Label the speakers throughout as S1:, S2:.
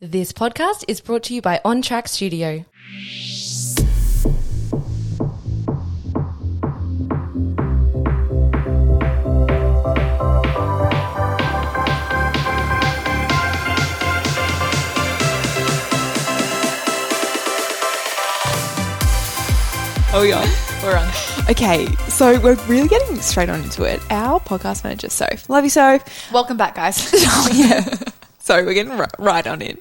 S1: This podcast is brought to you by On Track Studio.
S2: Oh yeah, we're on.
S3: Okay, so we're really getting straight on into it. Our podcast manager, Soph, love you, Soph.
S2: Welcome back, guys.
S3: Oh, yeah. So we're getting r- right on in.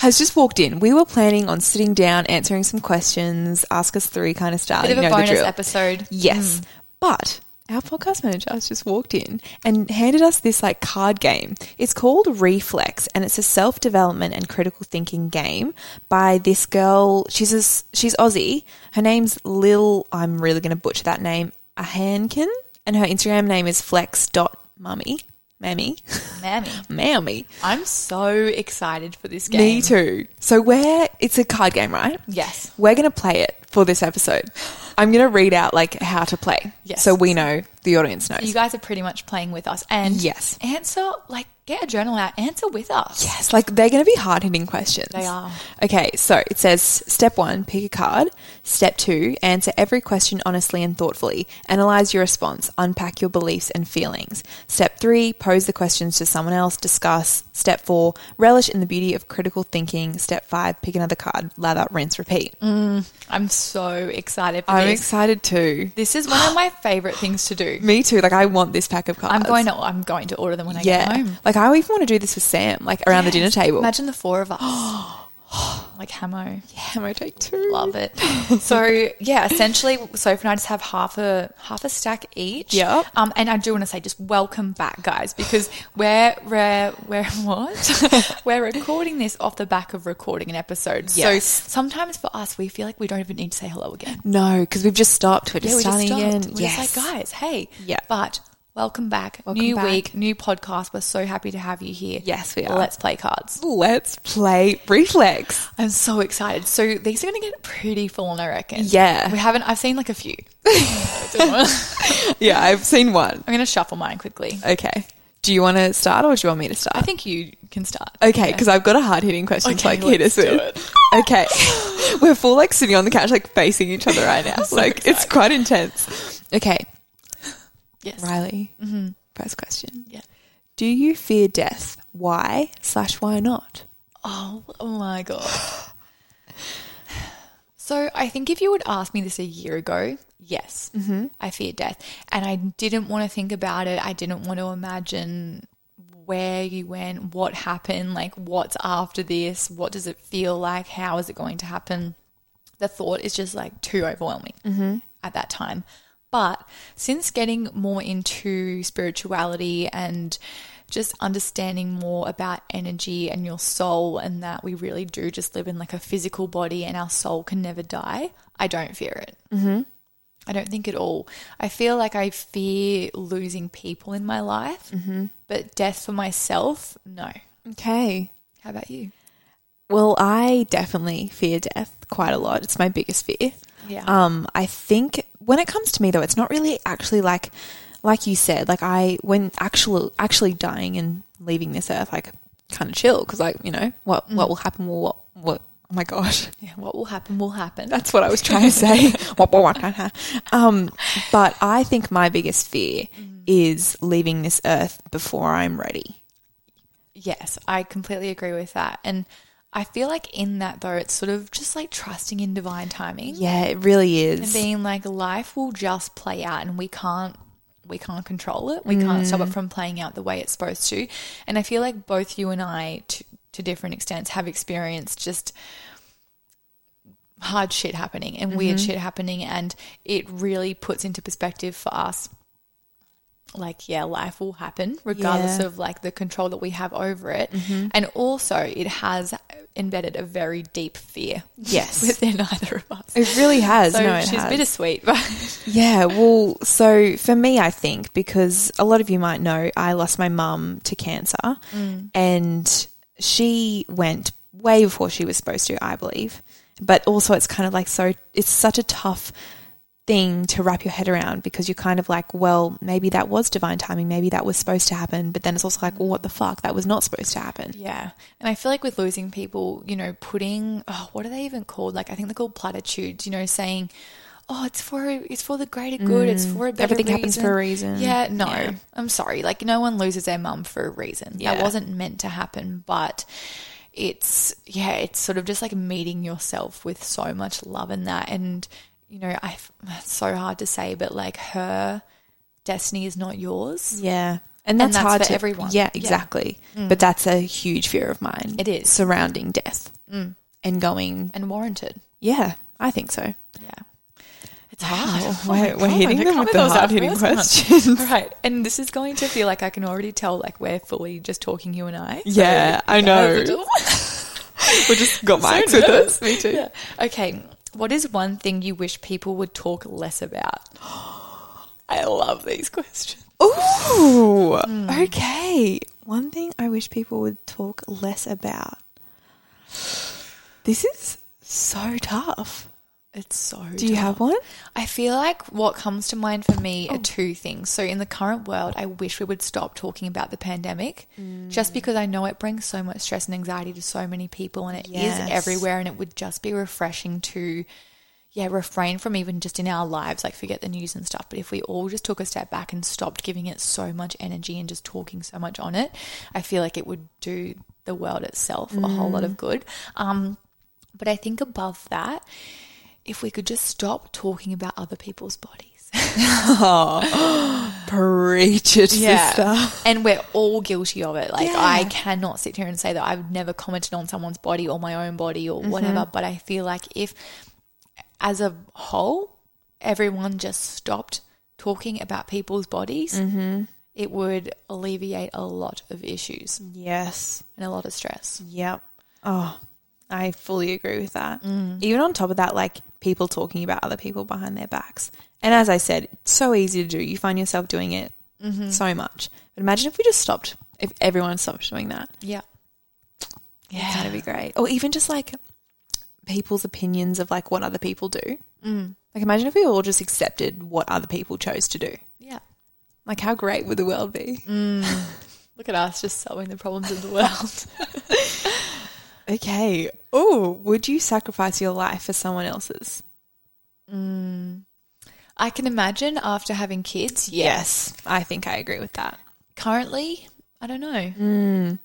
S3: Has just walked in. We were planning on sitting down, answering some questions, ask us three kind of style.
S2: Bit of
S3: you
S2: a
S3: know the
S2: bonus
S3: drill.
S2: episode. Mm.
S3: Yes, but our podcast manager has just walked in and handed us this like card game. It's called Reflex, and it's a self development and critical thinking game by this girl. She's a s she's Aussie. Her name's Lil. I'm really going to butcher that name. Ahankin, and her Instagram name is flex dot mummy, mammy,
S2: Mammy.
S3: mammy.
S2: I'm so excited for this game.
S3: Me too. So we're it's a card game, right?
S2: Yes.
S3: We're going to play it for this episode. I'm going to read out like how to play,
S2: Yes.
S3: so we know the audience knows.
S2: You guys are pretty much playing with us. And
S3: Yes.
S2: answer, like, get a journal out, answer with us.
S3: Yes, like they're going to be hard hitting questions.
S2: They are.
S3: Okay, so it says step one, pick a card. Step two, answer every question honestly and thoughtfully. Analyze your response, unpack your beliefs and feelings. Step three, pose the questions to someone else, discuss. Step four, relish in the beauty of critical thinking. Step five, pick another card, lather, rinse, repeat.
S2: Mm, I'm so excited for
S3: I'm
S2: this.
S3: excited too.
S2: this is one of my favorite things to do.
S3: Me too. Like, I want this pack of cards.
S2: I'm going to I'm going to order them when I get
S3: Yeah.
S2: home.
S3: Like, I even want to do this with Sam, like around the dinner table.
S2: Imagine the four of us. like hamo.
S3: Am I take two?
S2: Love it. So yeah, essentially, Sophie and I just have half a half a stack each.
S3: Yep.
S2: Um, and I do want to say just welcome back, guys, because we're we're we're what we're recording this off the back of recording an episode.
S3: Yes.
S2: So sometimes for us, we feel like we don't even need to say hello again.
S3: No, because we've just stopped. We're just
S2: we
S3: starting
S2: stopped.
S3: again.
S2: We're
S3: yes.
S2: just like, guys, hey.
S3: Yeah.
S2: But welcome back.
S3: Welcome
S2: new
S3: back.
S2: week, new podcast. We're so happy to have you here.
S3: Yes, we are.
S2: Let's play cards.
S3: Let's play reflex.
S2: I'm so excited. So these are going to get pretty full, I reckon.
S3: Yeah.
S2: We haven't. I've seen like a few.
S3: Yeah, I've seen one.
S2: I'm going to shuffle mine quickly.
S3: Okay. Do you want to start or do you want me to start?
S2: I think you can start.
S3: okay, because I've got a hard hitting question to
S2: Okay,
S3: like hit
S2: let's
S3: us
S2: do
S3: with. Okay. We're full like sitting on the couch, like facing each other right now. like it's quite intense. Okay.
S2: Yes. Mm-hmm.
S3: Riley, first question.
S2: Yeah.
S3: Do you fear death? Why slash why not?
S2: Oh, oh my God. So I think if you would ask me this a year ago, yes, mm-hmm. I fear death. And I didn't want to think about it. I didn't want to imagine where you went, what happened, like what's after this, what does it feel like, how is it going to happen. the thought is just like too overwhelming at that time. But since getting more into spirituality and just understanding more about energy and your soul, and that we really do just live in like a physical body and our soul can never die, I don't fear it. I don't think at all. I feel like I fear losing people in my life, but death for myself, no.
S3: Okay.
S2: How about you?
S3: Well, I definitely fear death quite a lot. It's my biggest fear.
S2: Yeah.
S3: Um, I think when it comes to me though, it's not really actually like like you said, like I when actual actually dying and leaving this earth, like kind of chill because like you know what what will happen will what what oh my gosh
S2: Mm. yeah, what will happen will happen.
S3: that's what I was trying to say. Wah, wah, wah, ha, ha. um, but I think my biggest fear
S2: Mm.
S3: is leaving this earth before I'm ready.
S2: Yes, I completely agree with that. And I feel like in that though, it's sort of just like trusting in divine timing
S3: Yeah, it really
S2: and
S3: is.
S2: being like life will just play out and we can't we can't control it. We can't stop it
S3: Mm.
S2: from playing out the way it's supposed to. And I feel like both you and I to, to different extents have experienced just hard shit happening and weird
S3: Mm-hmm.
S2: shit happening and it really puts into perspective for us like yeah life will happen regardless
S3: Yeah. Mm-hmm.
S2: of like the control that we have over it and also it has embedded a very deep fear
S3: Yes.
S2: within either of us
S3: It really has.
S2: so
S3: no, it
S2: she's
S3: has.
S2: bittersweet but
S3: Yeah, well, so for me, I think because a lot of you might know, I lost my mum to cancer
S2: Mm.
S3: and she went way before she was supposed to, I believe. But also, it's kind of like so, it's such a tough thing to wrap your head around because you're kind of like, well, maybe that was divine timing, maybe that was supposed to happen, but then it's also like, well, what the fuck, that was not supposed to happen.
S2: Yeah. And I feel like with losing people, you know, putting oh, what are they even called? Like I think they're called platitudes, you know, saying, Oh, it's for it's for the greater good, it's for a better
S3: Mm. Everything happens for a reason.
S2: Yeah, no.
S3: Yeah.
S2: I'm sorry. Like no one loses their mum for a reason.
S3: Yeah.
S2: That wasn't meant to happen, but it's yeah, it's sort of just like meeting yourself with so much love in that and you know, I it's so hard to say, but like her destiny is not yours.
S3: Yeah. And that's,
S2: that's
S3: hard
S2: for
S3: to
S2: everyone.
S3: Yeah,
S2: Yeah. Mm.
S3: exactly. But that's a huge fear of mine.
S2: It is. Mm.
S3: surrounding death and going.
S2: And warranted.
S3: Yeah, I think so.
S2: Yeah. It's hard. Oh
S3: we're- we're hitting them with the hard-hitting
S2: questions. right. And this is going to feel like I can already tell like we're fully just talking you and I.
S3: Yeah, I know. we just got mics with us. Me too.
S2: Yeah. Okay. What is one thing you wish people would talk less about? I love these questions.
S3: Ooh, okay. One thing I wish people would talk less about. This is so tough.
S2: It's so
S3: Do you have one?
S2: I feel like what comes to mind for me are two things. So, in the current world, I wish we would stop talking about the pandemic just because I know it brings so much stress and anxiety to so many people and it is
S3: Yes.
S2: everywhere. And it would just be refreshing to, yeah, refrain from even just in our lives, like forget the news and stuff. But if we all just took a step back and stopped giving it so much energy and just talking so much on it, I feel like it would do the world itself a whole lot of good. Um, but I think above that, if we could just stop talking about other people's bodies.
S3: Preach it,
S2: And we're all guilty of it. Like, I cannot sit here and say that I've never commented on someone's body or my own body or whatever. But I feel like if, as a whole, everyone just stopped talking about people's bodies, it would alleviate a lot of issues
S3: Yes.
S2: and a lot of stress.
S3: Yep. Oh, Mm. I fully agree with that. Even on top of that, like people talking about other people behind their backs. And as I said, it's so easy to do. You find yourself doing it so much. But imagine if we just stopped, if everyone stopped doing that.
S2: Yeah.
S3: Yeah. That'd be great. Or even just like people's opinions of like what other people do. Like imagine if we all just accepted what other people chose to do.
S2: Yeah.
S3: Like how great would the world be?
S2: Look at us just solving the problems of the world.
S3: Okay. Oh, would you sacrifice your life for someone else's?
S2: I can imagine after having kids, yes.
S3: I think I agree with that.
S2: currently i don't know i don't
S3: Mm.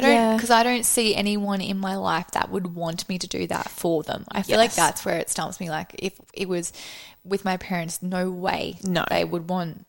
S3: Yeah.
S2: because i don't see anyone in my life that would want me to do that for them i feel like
S3: Yes.
S2: that's where it stumps me like if it was with my parents no way
S3: No.
S2: they would want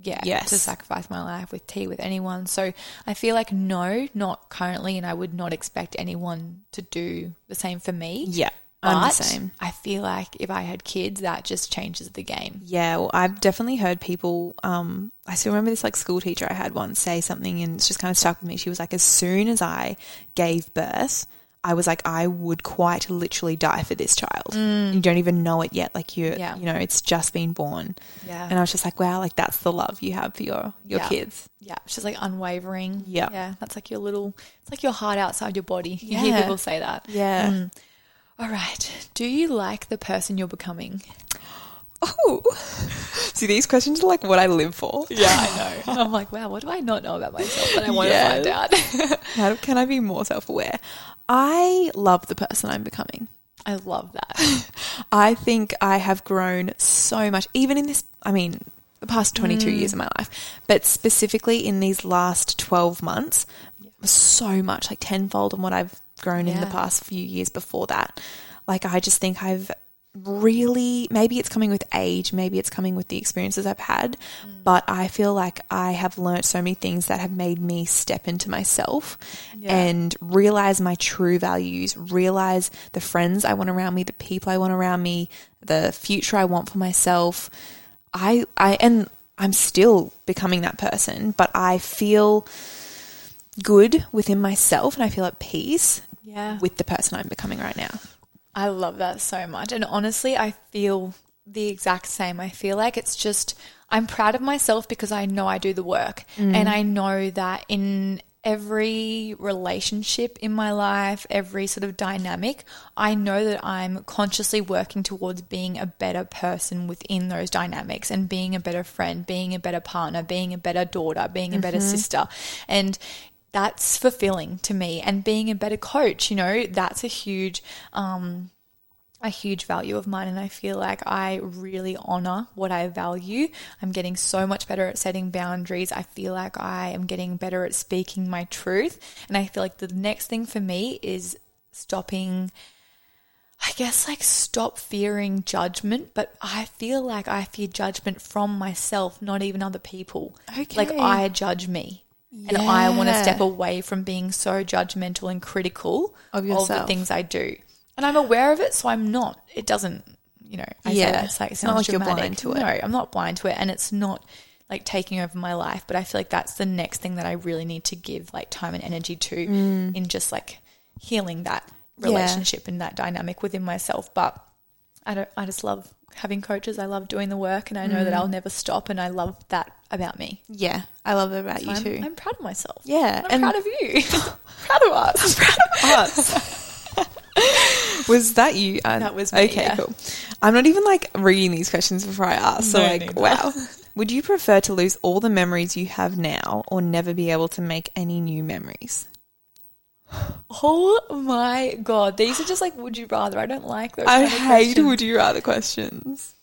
S2: yeah
S3: Yes.
S2: to sacrifice my life with tea with anyone so i feel like no not currently and i would not expect anyone to do the same for me
S3: Yeah. I'm
S2: but
S3: the same.
S2: i feel like if i had kids that just changes the game
S3: Yeah, well, I've definitely heard people. Um, I still remember this like school teacher I had once say something, and it's just kind of stuck with me. She was like, "As soon as I gave birth, I was like, I would quite literally die for this child. You don't even know it yet. Like you,
S2: Yeah.
S3: you know, it's just been born.
S2: Yeah.
S3: And I was just like, wow, like that's the love you have for your your
S2: Yeah.
S3: kids.
S2: Yeah, she's like unwavering.
S3: Yeah.
S2: Yeah, that's like your little, it's like your heart outside your body. You hear
S3: Yeah.
S2: people say that.
S3: Yeah.
S2: All right. Do you like the person you're becoming?
S3: Oh, see, these questions are like what I live for.
S2: Yeah, I know. I'm like, wow, what do I not know about myself that I want
S3: Yeah.
S2: to find out?
S3: How do- can I be more self aware? I love the person I'm becoming.
S2: I love that.
S3: I think I have grown so much, even in this, I mean, the past 22 years of my life, but specifically in these last 12 months, so much, like tenfold on what I've grown in the
S2: Yeah.
S3: past few years before that. Like, I just think I've really, maybe it's coming with age, maybe it's coming with the experiences I've had, but I feel like I have learnt so many things that have made me step into myself and realize my true values, realize the friends I want around me, the people I want around me, the future I want for myself. I, I, and I'm still becoming that person, but I feel good within myself and I feel at peace
S2: Yeah.
S3: with the person I'm becoming right now.
S2: I love that so much. And honestly, I feel the exact same. I feel like it's just, I'm proud of myself because I know I do the work and I know that in every relationship in my life, every sort of dynamic, I know that I'm consciously working towards being a better person within those dynamics and being a better friend, being a better partner, being a better daughter, being a better sister. And that's fulfilling to me. And being a better coach, you know, that's a huge, um, a huge value of mine and I feel like I really honor what I value. I'm getting so much better at setting boundaries. I feel like I am getting better at speaking my truth and I feel like the next thing for me is stopping I guess like stop fearing judgment, but I feel like I fear judgment from myself, not even other people. Like
S3: Okay.
S2: I judge me. And I want to
S3: Yeah.
S2: step away from being so judgmental and critical
S3: Of
S2: the
S3: yourself.
S2: things I do. And I'm aware of it, so I'm not. It doesn't, you know, I
S3: Yeah.
S2: say that, it's like,
S3: It's not
S2: sounds
S3: like you're
S2: dramatic.
S3: blind to it.
S2: No, I'm not blind to it. And it's not like taking over my life, but I feel like that's the next thing that I really need to give like time and energy to in just like healing that
S3: Mm. Yeah.
S2: relationship and that dynamic within myself. But I don't, I just love having coaches. I love doing the work and I know that
S3: Mm.
S2: I'll never stop. And I love that about me.
S3: Yeah, I love that about you
S2: I'm,
S3: too.
S2: I'm proud of myself.
S3: yeah,
S2: I'm proud of you. proud of us.
S3: us. was that you? Um,
S2: That was me,
S3: okay.
S2: yeah.
S3: Cool. I'm not even like reading these questions before I ask. So
S2: No,
S3: like,
S2: neither.
S3: wow. Would you prefer to lose all the memories you have now, or never be able to make any new memories?
S2: Oh my god, these are just like would you rather? I don't like those.
S3: I
S2: kind of
S3: hate
S2: questions.
S3: would you rather questions.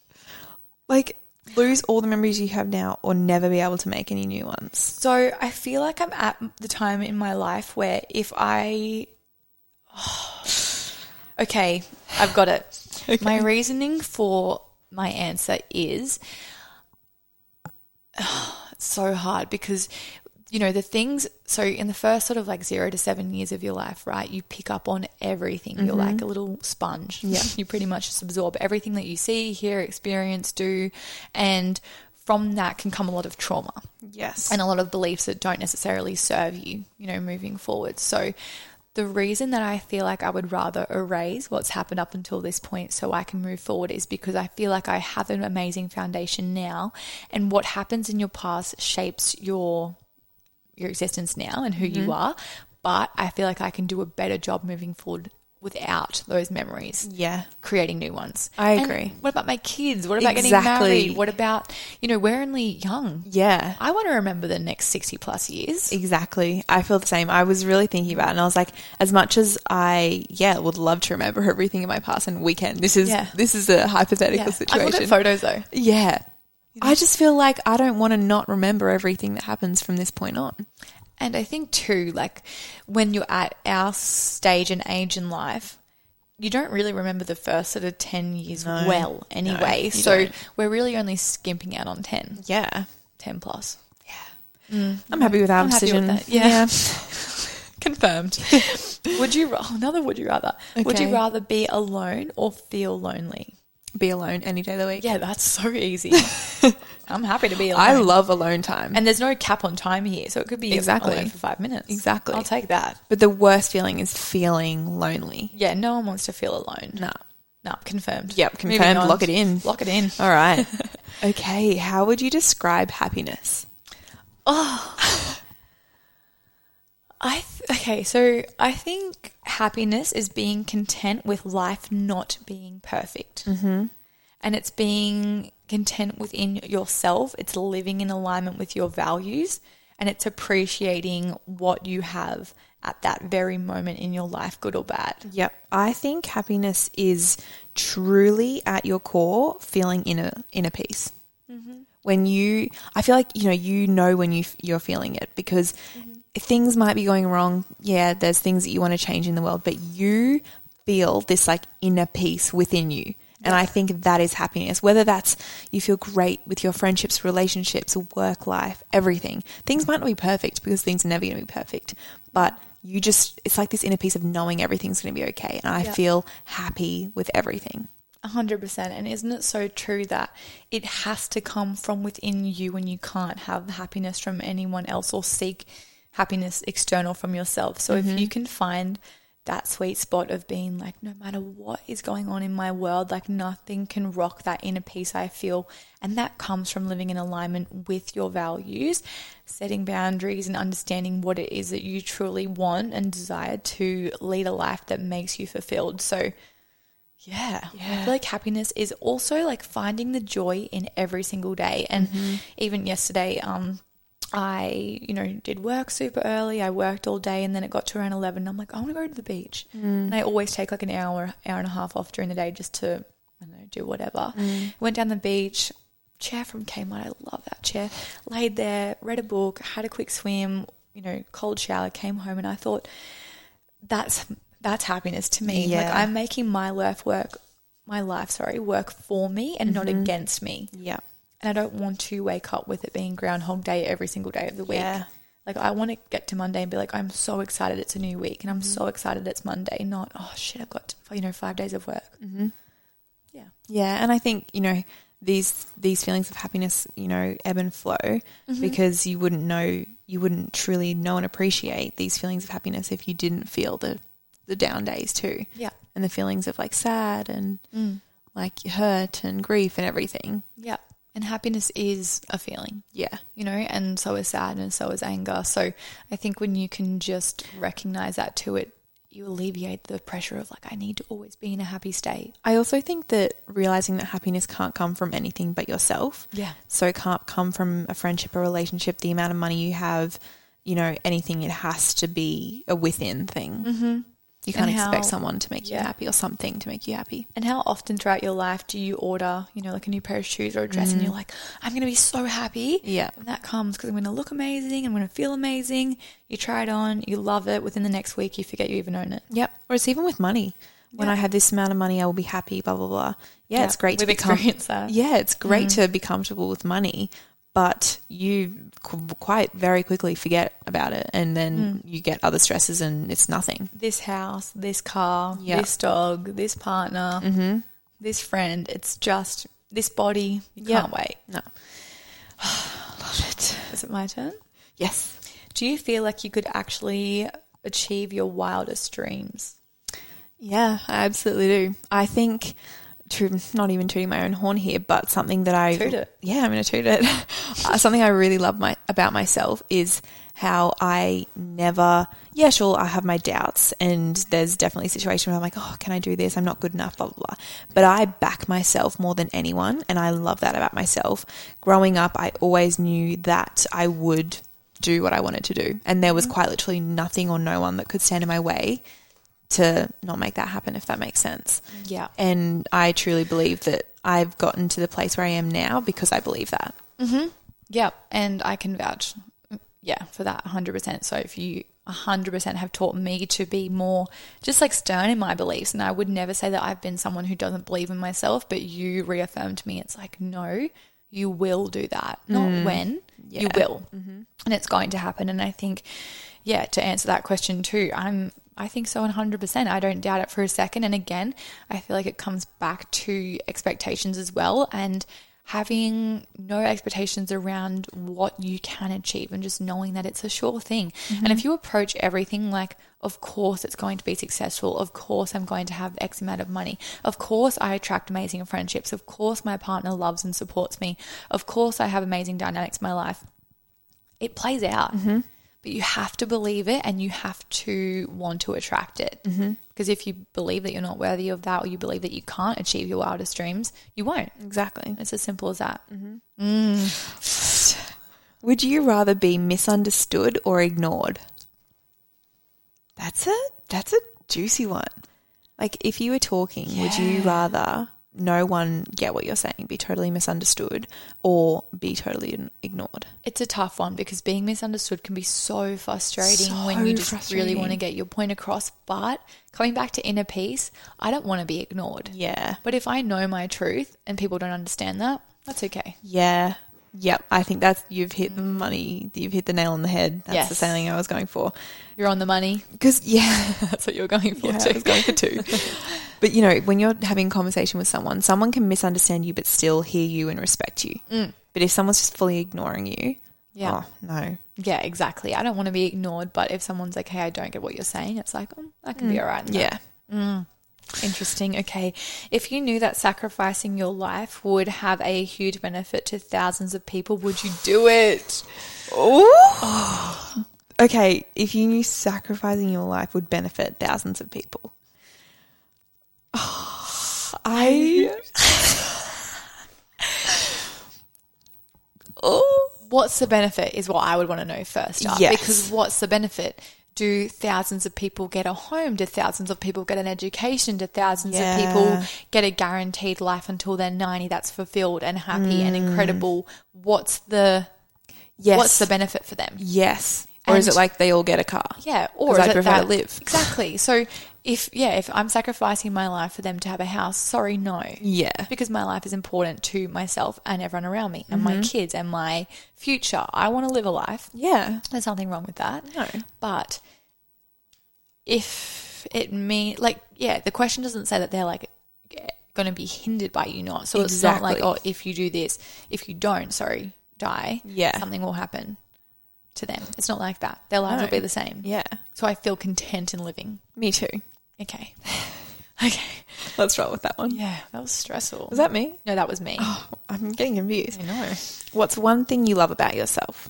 S3: Like, lose all the memories you have now, or never be able to make any new ones.
S2: So I feel like I'm at the time in my life where if I, okay, I've got it. My reasoning for my answer is it's so hard because you know the things so in the first sort of like 0 to 7 years of your life right you pick up on everything you're like a little sponge yeah you pretty much just absorb everything that you see hear experience do and from that can come a lot of trauma
S3: Yes.
S2: and a lot of beliefs that don't necessarily serve you, you know, moving forward. So the reason that I feel like I would rather erase what's happened up until this point so I can move forward is because I feel like I have an amazing foundation now and what happens in your past shapes your your existence now and who you
S3: Mm-hmm.
S2: are, but I feel like I can do a better job moving forward without those memories
S3: yeah.
S2: creating new ones.
S3: I
S2: And
S3: agree.
S2: what about my kids? What about
S3: Exactly.
S2: getting married? What about, you know, we're only young.
S3: Yeah.
S2: I want to remember the next 60 plus years.
S3: Exactly. I feel the same. I was really thinking about it and I was like, as much as I yeah, would love to remember everything in my past and weekend, this is
S2: Yeah.
S3: this is a hypothetical
S2: Yeah. I look at
S3: situation.
S2: photos though.
S3: yeah. I just feel like I don't want to not remember everything that happens from this point on.
S2: And I think too, like when you're at our stage and age in life, you don't really remember the first sort of 10 years well anyway. so we're really only skimping out on 10,
S3: Yeah.
S2: 10 plus.
S3: I'm happy with our
S2: I'm happy
S3: decision.
S2: with that. Yeah. Confirmed. would you, ra- oh, another would you rather, would you
S3: Okay.
S2: rather be alone or feel lonely?
S3: Be alone any day of the week.
S2: Yeah, that's so easy. I'm happy to be alone.
S3: I love alone time.
S2: And there's no cap on time here, so it could be
S3: Mm. Exactly.
S2: exactly for five minutes.
S3: Exactly.
S2: I'll take that.
S3: but the worst feeling is feeling lonely.
S2: Yeah, no one wants to feel alone.
S3: No.
S2: no, confirmed.
S3: Yep,
S2: Moving
S3: confirmed.
S2: on.
S3: Lock it in.
S2: Lock it in.
S3: All right. okay. How would you describe happiness?
S2: I th- okay, so I think happiness is being content with life not being perfect, mm-hmm. and it's being content within yourself. It's living in alignment with your values, and it's appreciating what you have at that very moment in your life, good or bad.
S3: Yep. I think happiness is truly at your core feeling inner inner peace. When you, I feel like you know, you know when you you're feeling it because things might be going wrong. Yeah, there's things that you want to change in the world, but you feel this like inner peace within you. And I think that is happiness. Whether that's you feel great with your friendships, relationships, work life, everything. Things might not be perfect because things are never going to be perfect. But you just, it's like this inner peace of knowing everything's going to be okay. And I feel happy with everything.
S2: A 100%. And isn't it so true that it has to come from within you and you can't have happiness from anyone else or seek happiness external from yourself? So if you can find that sweet spot of being like, no matter what is going on in my world, like nothing can rock that inner peace I feel. And that comes from living in alignment with your values, setting boundaries, and understanding what it is that you truly want and desire to lead a life that makes you fulfilled. So, yeah. I feel like happiness is also like finding the joy in every single day. And even yesterday, um, I, you know, did work super early. I worked all day and then it got to around 11. I'm like, I want to go to the beach. And I always take like an hour, hour and a half off during the day just to, I don't know, do whatever. Went down the beach, chair from Kmart. I love that chair. Laid there, read a book, had a quick swim, you know, cold shower, came home and I thought, that's that's happiness to me.
S3: Yeah.
S2: Like I'm making my life work, my life, sorry, work for me and
S3: Mm-hmm.
S2: not against me.
S3: Yeah.
S2: And I don't want to wake up with it being Groundhog Day every single day of the week.
S3: Yeah.
S2: Like I want to get to Monday and be like, I'm so excited it's a new week, and I'm
S3: Mm-hmm.
S2: so excited it's Monday. Not oh shit, I've got you know five days of work.
S3: Mm-hmm.
S2: Yeah,
S3: Yeah, and I think you know these these feelings of happiness, you know, ebb and flow because you wouldn't know you wouldn't truly know and appreciate these feelings of happiness if you didn't feel the the down days too,
S2: yeah,
S3: and the feelings of like sad and like hurt and grief and everything.
S2: yeah. And happiness is a feeling.
S3: Yeah,
S2: you know, and so is sad and so is anger. So I think when you can just recognize that to it, you alleviate the pressure of like, I need to always be in a happy state.
S3: I also think that realizing that happiness can't come from anything but yourself.
S2: Yeah.
S3: So it can't come from a friendship, a relationship, the amount of money you have, you know, anything. It has to be a within thing. Mm-hmm. You can't
S2: And how-
S3: expect someone to make you
S2: Yeah.
S3: happy or something to make you happy.
S2: And how often throughout your life do you order, you know, like a new pair of shoes or a dress and you're like, I'm going to be so happy
S3: Mm. Yeah.
S2: when that comes because I'm going to look amazing. I'm going to feel amazing. You try it on, you love it. Within the next week, you forget you even own it.
S3: Yep. Or it's even with money. When
S2: Yeah.
S3: I have this amount of money, I will be happy. Blah blah blah. Yeah,
S2: Yeah,
S3: it's great to
S2: we've
S3: become.
S2: experienced that. Mm-hmm.
S3: Yeah, it's great to be comfortable with money, but you qu- quite very quickly forget about it, and then
S2: Mm.
S3: you get other stresses, and it's nothing.
S2: This house, this car,
S3: Yeah.
S2: this dog, this partner, this friend. It's just this body. You
S3: Yeah.
S2: can't wait.
S3: No. Love it.
S2: Is it my turn?
S3: Yes.
S2: Do you feel like you could actually achieve your wildest dreams?
S3: Yeah, I absolutely do. I think, to, not even tooting my own horn here, but something that I
S2: Toot it.
S3: Yeah, I'm going to toot it. Uh, something I really love my about myself is how I never. Yeah, sure, I have my doubts, and there's definitely situations where I'm like, oh, can I do this? I'm not good enough, blah blah blah. But I back myself more than anyone, and I love that about myself. Growing up, I always knew that I would do what I wanted to do, and there was
S2: Mm-hmm.
S3: quite literally nothing or no one that could stand in my way to not make that happen, if that makes sense.
S2: Yeah.
S3: And I truly believe that I've gotten to the place where I am now because I believe that.
S2: Yeah, and I can vouch, yeah, for that 100%. So if you 100% have taught me to be more just like stern in my beliefs, and I would never say that I've been someone who doesn't believe in myself, but you reaffirmed me. It's like, no, you will do that. Not when, you will. And it's going to happen. And I think, yeah, to answer that question too, I'm. I think so 100%. I don't doubt it for a second. And again, I feel like it comes back to expectations as well. And having no expectations around what you can achieve and just knowing that it's a sure thing. And if you approach everything like, of course, it's going to be successful. Of course, I'm going to have X amount of money. Of course, I attract amazing friendships. Of course, my partner loves and supports me. Of course, I have amazing dynamics in my life. It plays out. But you have to believe it and you have to want to attract it. Because if you believe that you're not worthy of that or you believe that you can't achieve your wildest dreams, you won't.
S3: Exactly.
S2: It's as simple as that.
S3: Would you rather be misunderstood or ignored? That's it. That's a juicy one. Like, if you were talking, would you rather no one get what you're saying, be totally misunderstood, or be totally ign- ignored?
S2: It's a tough one because being misunderstood can be so frustrating
S3: So
S2: when you just really
S3: frustrating.
S2: want to get your point across. But coming back to inner peace, I don't want to be ignored.
S3: Yeah.
S2: But if I know my truth and people don't understand that, that's okay.
S3: Yeah. Yep. I think that's you've hit the money. You've hit the nail on the head. That's the
S2: Yes.
S3: saying I was going for.
S2: You're on the money.
S3: Because yeah,
S2: That's what you're going for.
S3: yeah, I
S2: too.
S3: was going for two. but you know, when you're having a conversation with someone, someone can misunderstand Mm. you but still hear you and respect you. But if someone's just fully ignoring you,
S2: Yeah.
S3: oh, no,
S2: Yeah, exactly. I don't want to be ignored, but if someone's like, hey, I don't get what you're saying, it's like, oh, I can be all right. in that.
S3: Mm. Yeah.
S2: Interesting. Okay. If you knew that sacrificing your life would have a huge benefit to thousands of people, would you do it?
S3: Okay, if you knew sacrificing your life would benefit thousands of people. I. oh.
S2: What's the benefit is what I would want to know first up.
S3: Yes.
S2: Because what's the benefit? Do thousands of people get a home? Do thousands of people get an education? Do thousands
S3: Yeah.
S2: of people get a guaranteed life until they're 90 that's fulfilled and happy and incredible? What's the
S3: Mm. Yes.
S2: what's the benefit for them?
S3: Yes. Or is
S2: And-
S3: it like they all get a car?
S2: Yeah,
S3: 'Cause
S2: or is
S3: I'd
S2: it
S3: prefer
S2: that
S3: to live.
S2: exactly. So if yeah, if I'm sacrificing my life for them to have a house, sorry, no,
S3: Yeah.
S2: because my life is important to myself and everyone around me and
S3: Mm-hmm.
S2: my kids and my future. I want to live a life.
S3: Yeah.
S2: There's nothing wrong with that.
S3: No.
S2: but if it mean like yeah, the question doesn't say that they're like going to be hindered by you not. So it's
S3: Exactly.
S2: not like oh, if you do this, if you don't, sorry, die.
S3: Yeah.
S2: something will happen to them. It's not like that. Their lives
S3: No.
S2: will be the same.
S3: Yeah.
S2: So I feel content in living.
S3: Me too.
S2: Okay. okay.
S3: Let's roll with that one.
S2: Yeah, that was stressful.
S3: Was that me?
S2: no, that was me.
S3: Oh, I'm getting confused.
S2: I know.
S3: What's one thing you love about yourself?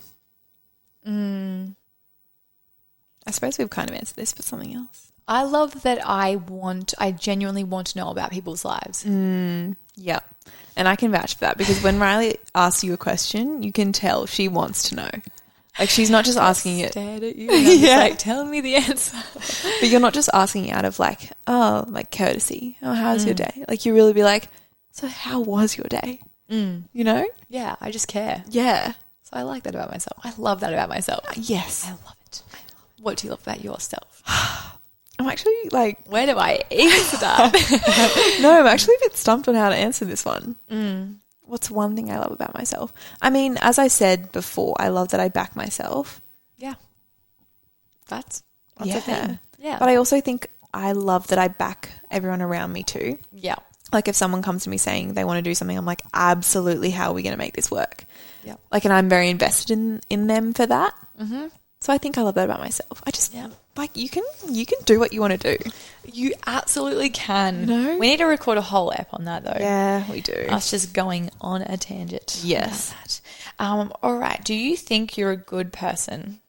S3: I suppose we've kind of answered this, but something else.
S2: I love that I want, I genuinely want to know about people's lives.
S3: Mm. Yeah. And I can vouch for that because when Riley asks you a question, you can tell she wants to know. Like she's not just asking it,
S2: Stared at you. and I was
S3: Yeah.
S2: like, tell me the answer.
S3: but you're not just asking out of like, oh, like courtesy. Oh, how was your day? Like you really be like, so how was your day? Mm. You know?
S2: Yeah, I just care.
S3: Yeah.
S2: So I like that about myself. I love that about myself.
S3: Uh,
S2: I
S3: Yes.
S2: love it. I love it. What do you love about yourself?
S3: I'm actually like,
S2: Where do I answer that?
S3: no, I'm actually a bit stumped on how to answer this one. Mm. What's one thing I love about myself? I mean, as I said before, I love that I back myself.
S2: yeah. That's, that's a
S3: Yeah.
S2: thing. Yeah.
S3: But I also think I love that I back everyone around me too.
S2: yeah.
S3: Like if someone comes to me saying they want to do something, I'm like, absolutely, how are we going to make this work?
S2: Yeah.
S3: Like, and I'm very invested in in them for that. Mm-hmm. So I think I love that about myself. I just
S2: Yeah.
S3: like you can you can do what you want to do.
S2: You absolutely can.
S3: No.
S2: We need to record a whole app on that though.
S3: Yeah, we do.
S2: Us just going on a tangent.
S3: Yes.
S2: about that. Um, all right. Do you think you're a good person?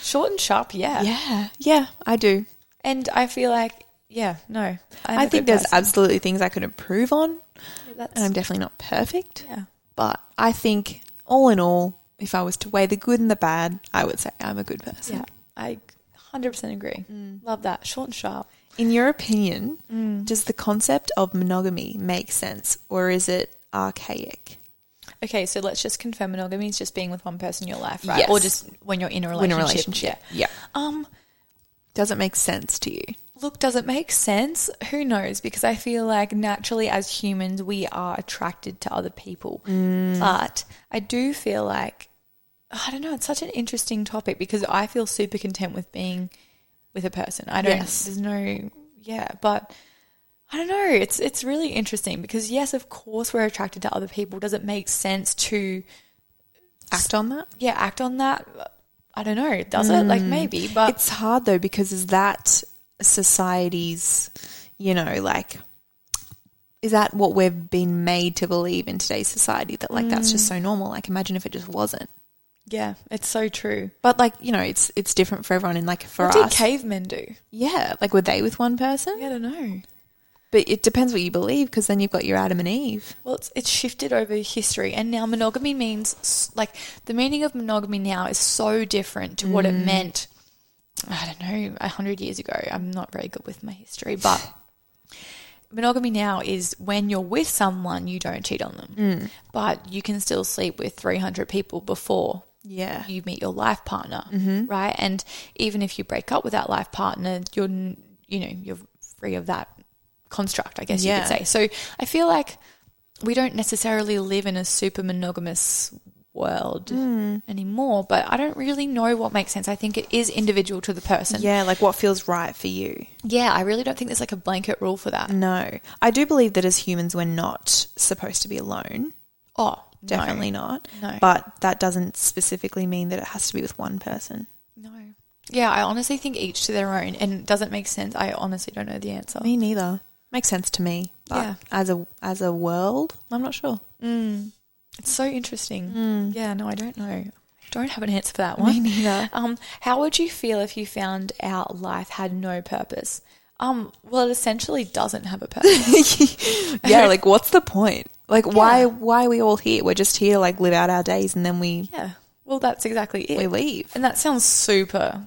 S2: Short and sharp, yeah.
S3: yeah, yeah, I do.
S2: And I feel like, yeah, no. I'm
S3: I
S2: a
S3: think
S2: good
S3: there's
S2: person.
S3: absolutely things I could improve on, and
S2: That's,
S3: I'm definitely not perfect.
S2: yeah.
S3: But I think all in all, if I was to weigh the good and the bad, I would say I'm a good person.
S2: Yeah. I 100% agree.
S3: Mm.
S2: Love that. Short and sharp.
S3: In your opinion,
S2: Mm.
S3: does the concept of monogamy make sense or is it archaic?
S2: Okay, so let's just confirm monogamy is just being with one person in your life, right?
S3: Yes.
S2: Or just when you're in a
S3: In
S2: relationship.
S3: a relationship.
S2: Yeah. Um,
S3: Does it make sense to you?
S2: Look, does it make sense? Who knows? Because I feel like naturally, as humans, we are attracted to other people.
S3: Mm.
S2: But I do feel like, I don't know, it's such an interesting topic because I feel super content with being with a person. I don't,
S3: Yes.
S2: there's no, yeah, but I don't know. It's, it's really interesting because, yes, of course, we're attracted to other people. Does it make sense to,
S3: Act on that?
S2: yeah, act on that? I don't know. Does it? Like, maybe, but
S3: Mm. It's hard though because is that society's, you know, like, is that what we've been made to believe in today's society that like that's
S2: Mm.
S3: just so normal? Like, imagine if it just wasn't.
S2: yeah, it's so true.
S3: But like, you know, it's it's different for everyone. And like for
S2: What did
S3: us,
S2: cavemen do?
S3: yeah, like were they with one person?
S2: I don't know.
S3: But it depends what you believe because then you've got your Adam and Eve.
S2: Well, it's, it's shifted over history, and now monogamy means s- like the meaning of monogamy now is so different to what it meant. I don't know, a hundred years ago. I'm not very good with my history, but monogamy now is when you're with someone, you don't cheat on them, but you can still sleep with 300 people before
S3: Yeah, Mm-hmm.
S2: you meet your life partner, right? And even if you break up with that life partner, you're n- you know you're free of that construct, I guess you
S3: Yeah.
S2: could say. So I feel like we don't necessarily live in a super monogamous world
S3: Mm.
S2: anymore, but I don't really know what makes sense. I think it is individual to the person.
S3: yeah. Like what feels right for you.
S2: Yeah, I really don't think there's like a blanket
S3: Mm.
S2: rule for that.
S3: No, I do believe that as humans, we're not supposed to be alone.
S2: Oh,
S3: Definitely not.
S2: No.
S3: But that doesn't specifically mean that it has to be with one person.
S2: No. Yeah, I honestly think each to their own and it doesn't make sense. I honestly don't know the answer.
S3: Me neither. Makes sense to me. But
S2: Yeah.
S3: as a as a world, I'm not sure.
S2: Mm. It's so interesting. Yeah, no, I don't know. I don't have an answer for that
S3: Mm. Me
S2: one.
S3: neither.
S2: Um, how would you feel if you found out life had no purpose? Um, well, it essentially doesn't have a purpose.
S3: yeah, like what's the point? Like why why are we all here? We're just here to like live out our days and then we
S2: yeah. Well, that's exactly it.
S3: we leave.
S2: And that sounds super.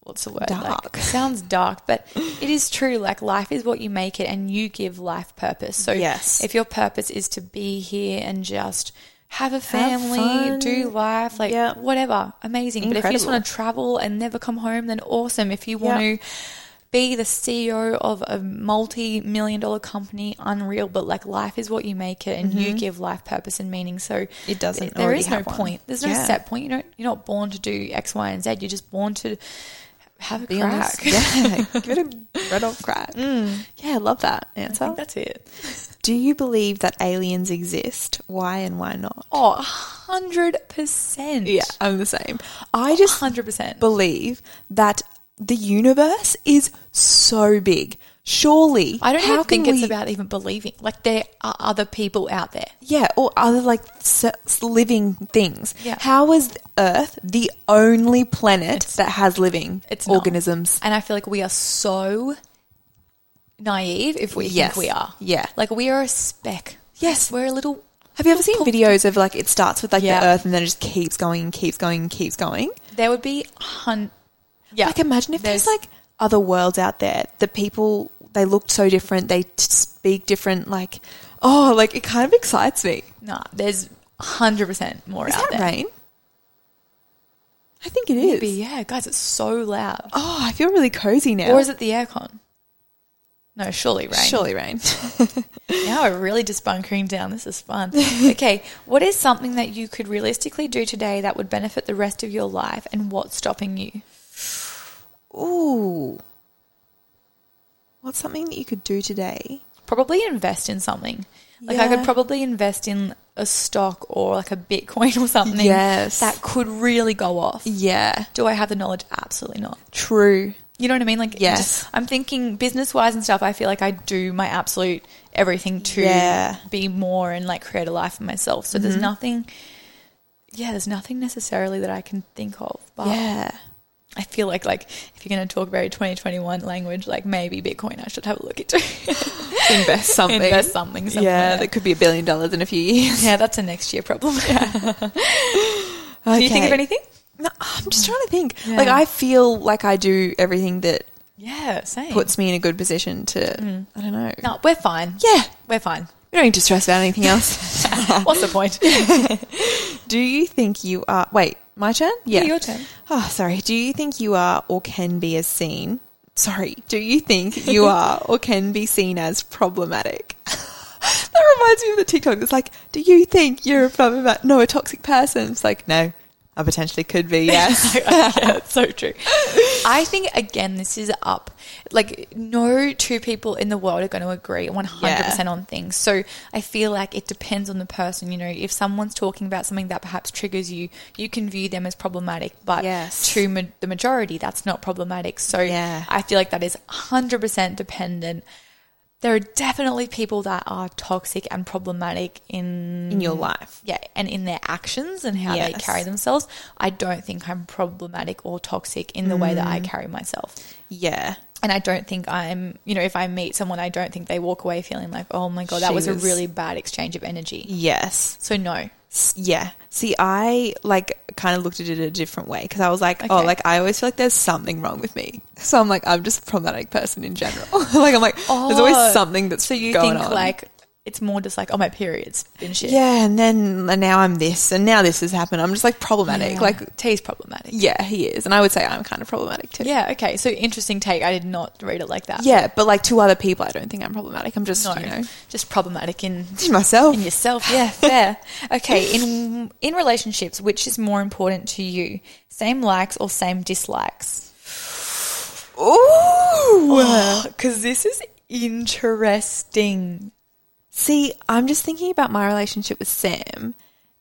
S2: What's the word? Like,
S3: Dark.
S2: sounds dark, but it is true. Like life is what you make it, and you give life purpose. So
S3: Yes.
S2: if your purpose is to be here and just have a family,
S3: fun.
S2: do life, like
S3: Yeah.
S2: whatever, amazing. But if you just
S3: Incredible.
S2: want to travel and never come home, then awesome. If you want
S3: Yeah.
S2: to be the CEO of a multi-million dollar company, unreal. But like life is what you make it, and you give life purpose and meaning. So
S3: Mm-hmm. It doesn't
S2: th- There
S3: already
S2: is no
S3: have one.
S2: point. There's no
S3: Yeah.
S2: set point. You don't. You're not born to do X, Y, and Z. You're just born to have a
S3: Be
S2: crack.
S3: honest. Yeah. Give it a red off crack. Yeah, I love that
S2: I
S3: answer.
S2: think that's it.
S3: Do you believe that aliens exist? Why and why not?
S2: Oh, hundred percent.
S3: I'm the same. I just
S2: hundred percent.
S3: believe that the universe is so big. Surely,
S2: I don't
S3: how
S2: even think
S3: can
S2: it's
S3: we-
S2: about even believing. Like there are other people out there.
S3: yeah, or other like s- s- living things.
S2: Yeah.
S3: How is Earth the only planet that has living
S2: It's not.
S3: organisms?
S2: And I feel like we are so naive if we
S3: Yes.
S2: think we are.
S3: Yeah.
S2: Like we are a speck.
S3: Yes.
S2: We're a little.
S3: Have you ever seen videos of like it starts with like
S2: Yeah.
S3: the Earth and then it just keeps going and keeps going and keeps going?
S2: There would be hun. Yeah.
S3: Like imagine if there's,
S2: There's-
S3: like other worlds out there. The people they look so different. They t- speak different. Like oh, like it kind of excites me.
S2: Nah, there's hundred percent more
S3: Is
S2: out
S3: that
S2: there.
S3: rain? I think it is.
S2: Maybe, yeah, guys, it's so loud.
S3: Oh, I feel really cozy now.
S2: Or is it the aircon? No, surely rain.
S3: Surely rain.
S2: Now we're really just bunkering down. This is fun. okay, what is something that you could realistically do today that would benefit the rest of your life, and what's stopping you?
S3: Ooh. What's something that you could do today?
S2: Probably invest in something. Like I
S3: Yeah.
S2: could probably invest in a stock or like a Bitcoin or something.
S3: Yes.
S2: that could really go off.
S3: Yeah.
S2: Do I have the knowledge? Absolutely not.
S3: True.
S2: You know what I mean? Like, it
S3: Yes.
S2: just- I'm thinking business wise and stuff. I feel like I do my absolute everything to
S3: Yeah. Mm-hmm.
S2: be more and like create a life for myself. So there's nothing, yeah, there's nothing necessarily that I can think of. But
S3: yeah.
S2: I feel like, like if you're going to talk very 2021 language, like maybe Bitcoin, I should have a look into
S3: Invest something.
S2: invest something. Somewhere.
S3: Yeah, that could be a billion dollars in a few years.
S2: yeah, that's a next year problem. Do you think of
S3: Okay.
S2: anything?
S3: No, I'm just trying to think.
S2: Mm. Yeah.
S3: Like I feel like I do everything that
S2: Yeah, same.
S3: puts me in a good position to I don't know.
S2: no, we're fine.
S3: Yeah.
S2: We're fine.
S3: We don't need to stress about anything else.
S2: What's the point?
S3: Do you think you are? Wait, my turn.
S2: Yeah, your turn.
S3: Oh, sorry. Do you think you are or can be as seen? Sorry. Do you think you are or can be seen as problematic? that reminds me of the TikTok. It's like, do you think you're a problematic? No, a toxic person. It's like, no, I potentially could be. Yes.
S2: yeah, it's so true. I think again, this is up. Like, no two people in the world are going to agree one hundred percent on things. So I feel like it depends on the person. You know, if someone's talking about something that perhaps triggers you, you can view them as problematic. But
S3: Yes.
S2: to ma- the majority, that's not problematic. So
S3: Yeah.
S2: I feel like that is hundred percent dependent. There are definitely people that are toxic and problematic in
S3: in your life.
S2: yeah, and in their actions and how they
S3: Yes.
S2: carry themselves, I don't think I'm problematic or toxic in the way that I
S3: Mm.
S2: carry myself.
S3: Yeah.
S2: And I don't think I'm, you know, if I meet someone, I don't think they walk away feeling like, oh my God, that
S3: She
S2: was,
S3: was-
S2: a really bad exchange of energy.
S3: Yes.
S2: So, no.
S3: S- Yeah. See, I like kind of looked at it a different way because I was like, oh,
S2: Okay.
S3: like I always feel like there's something wrong with me. So I'm like, I'm just a problematic person in general. like I'm like, there's always
S2: Oh,
S3: something that's
S2: So, you
S3: going
S2: think
S3: on.
S2: like it's more just like, oh, my period's been shit.
S3: yeah, and then and now I'm this, and now this has happened. I'm just like problematic.
S2: Yeah.
S3: Like,
S2: T's problematic.
S3: yeah, he is, and I would say I'm kind of problematic too.
S2: Yeah. Okay. So, interesting take. I did not read it like that.
S3: Yeah, but like to other people, I don't think I'm problematic. I'm just
S2: No.
S3: you know Hmm.
S2: Just problematic in
S3: to myself.
S2: In yourself, yeah, fair. Okay, in in relationships, which is more important to you? Same likes or same dislikes?
S3: Ooh.
S2: Because this is interesting.
S3: See, I'm just thinking about my relationship with Sam,